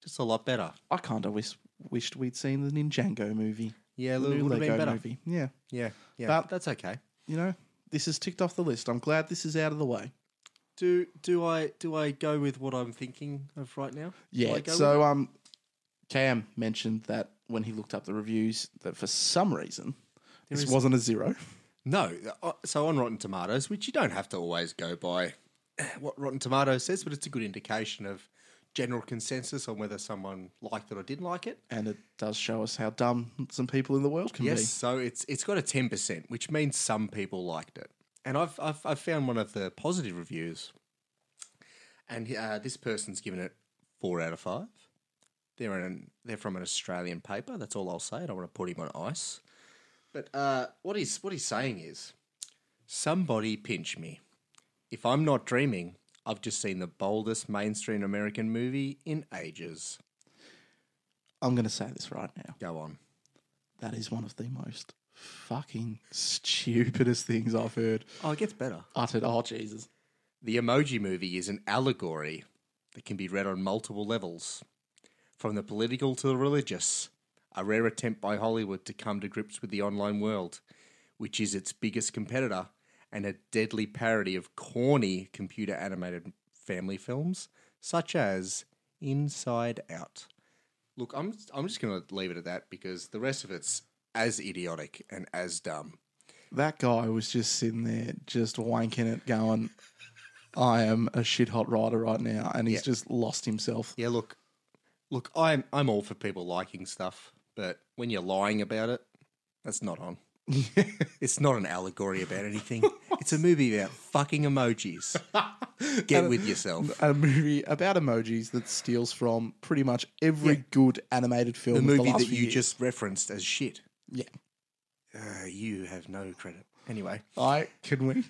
Speaker 2: just a lot better.
Speaker 1: I kind of wish, wished we'd seen the Ninjago movie,
Speaker 2: Yeah,
Speaker 1: the
Speaker 2: would
Speaker 1: new
Speaker 2: have been
Speaker 1: Lego
Speaker 2: better.
Speaker 1: movie. Yeah,
Speaker 2: Yeah, yeah.
Speaker 1: But-
Speaker 2: that's okay.
Speaker 1: you know, this is ticked off the list. I'm glad this is out of the way.
Speaker 2: Do do I do I go with what I'm thinking of right now? Do
Speaker 1: Yeah.
Speaker 2: I go with
Speaker 1: So um, Cam mentioned that when he looked up the reviews, that for some reason this
Speaker 2: is-
Speaker 1: wasn't a zero.
Speaker 2: it? no. uh, So on Rotten Tomatoes, which you don't have to always go by *sighs* what Rotten Tomatoes says, but it's a good indication of general consensus on whether someone liked it or didn't like it.
Speaker 1: and it does show us how dumb some people in the world can
Speaker 2: Yes, so it's it's got a ten percent, which means some people liked it. And I've I've, I've found one of the positive reviews, and uh, this person's given it four out of five. They're an they're from an Australian paper. That's all I'll say. I don't want to put him on ice. But uh, what he's what he's saying is, somebody pinch me. If I'm not dreaming, I've just seen the boldest mainstream American movie in ages.
Speaker 1: be. I'm going to say this right now.
Speaker 2: Go on.
Speaker 1: That is one of the most fucking stupidest things I've heard
Speaker 2: Oh, it gets better.
Speaker 1: uttered. Oh Jesus!
Speaker 2: The emoji movie is an allegory that can be read on multiple levels, from the political to the religious, a rare attempt by Hollywood to come to grips with the online world, which is its biggest competitor, and a deadly parody of corny computer animated family films such as Inside Out. Look, I'm I'm just going to leave it at that because the rest of it's as idiotic and as dumb.
Speaker 1: That guy was just sitting there, just wanking it, going, "I am a shit hot rider right now," and he's just lost himself.
Speaker 2: Yeah, look, look, I'm I'm all for people liking stuff, but when you're lying about it, that's not
Speaker 1: *laughs*
Speaker 2: on. it's not an allegory about anything. it's a movie about
Speaker 1: *laughs*
Speaker 2: fucking emojis. Get with yourself.
Speaker 1: A movie about emojis that steals from pretty much every good animated film.
Speaker 2: The
Speaker 1: of
Speaker 2: movie
Speaker 1: last
Speaker 2: that
Speaker 1: few
Speaker 2: you
Speaker 1: years.
Speaker 2: just referenced as shit.
Speaker 1: yeah.
Speaker 2: Uh, you have no credit. Anyway,
Speaker 1: I can we,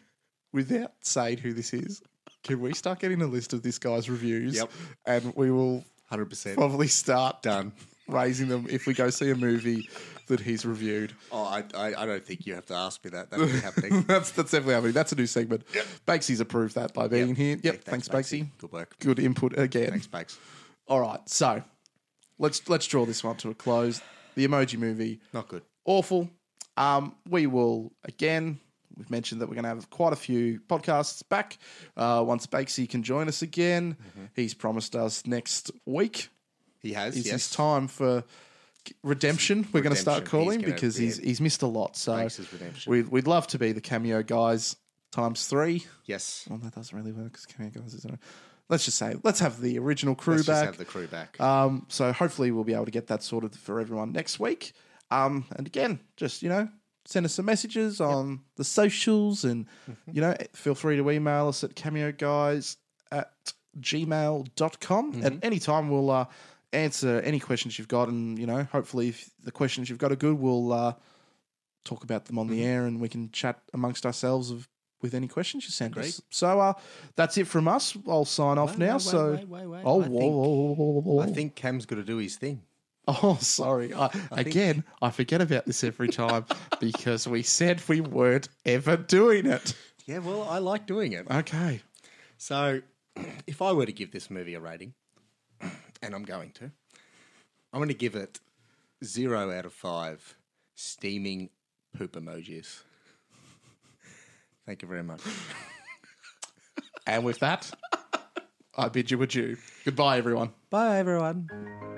Speaker 1: without saying who this is, can we start getting a list of this guy's reviews?
Speaker 2: Yep.
Speaker 1: And we will
Speaker 2: hundred percent Um,
Speaker 1: probably start
Speaker 2: done.
Speaker 1: raising them if we go see a movie that he's reviewed.
Speaker 2: Oh, I, I I don't think you have to ask me that. That'll be
Speaker 1: *laughs*
Speaker 2: happening.
Speaker 1: that's that's definitely happening. That's a new segment. Bakesy's approved that by being here. Yep. Thanks, Bakesy.
Speaker 2: Good work.
Speaker 1: Good input again.
Speaker 2: Thanks, Bakes.
Speaker 1: All right. So let's let's draw this one to a close. The emoji movie.
Speaker 2: Not good.
Speaker 1: awful. Um, we will again. We've mentioned that we're going to have quite a few podcasts back. Uh, once Bakesy can join us again,
Speaker 2: Mm-hmm.
Speaker 1: he's promised us next week
Speaker 2: He has.
Speaker 1: is his
Speaker 2: yes.
Speaker 1: time for redemption. We're going to start
Speaker 2: Redemption. He's
Speaker 1: calling
Speaker 2: gonna-
Speaker 1: because he's he's missed a lot. So
Speaker 2: Bakes is redemption.
Speaker 1: we'd we'd love to be the cameo guys times three.
Speaker 2: yes.
Speaker 1: Well, that doesn't really work because cameo guys isn't. Let's just say let's have the original crew
Speaker 2: Let's just
Speaker 1: back.
Speaker 2: have the crew back.
Speaker 1: Um, so hopefully we'll be able to get that sorted for everyone next week. Um, and again, just you know, send us some messages on the socials, and you know, feel free to email us at cameoguys at gmail.com. At any time, we'll uh, answer any questions you've got, and you know, hopefully, if the questions you've got are good, we'll uh, talk about them on the air, and we can chat amongst ourselves of. With any questions you send
Speaker 2: Great.
Speaker 1: us. So uh, that's it from us. I'll sign off
Speaker 2: Wait,
Speaker 1: now.
Speaker 2: wait, wait,
Speaker 1: so,
Speaker 2: wait, wait, wait.
Speaker 1: oh,
Speaker 2: I
Speaker 1: whoa,
Speaker 2: think-
Speaker 1: whoa, whoa, whoa, whoa, whoa.
Speaker 2: I think Cam's got to do his thing.
Speaker 1: *laughs* Oh, sorry. I, again, I forget about this every *laughs* time because we said we weren't ever doing it.
Speaker 2: Yeah, well, I like doing it.
Speaker 1: Okay.
Speaker 2: So, *clears throat* if I were to give this movie a rating, *clears throat* and I'm going to, I'm going to give it zero out of five steaming poop emojis. *laughs* Thank you very much.
Speaker 1: *laughs* And with that, I bid you adieu. Goodbye, everyone.
Speaker 2: Bye, everyone.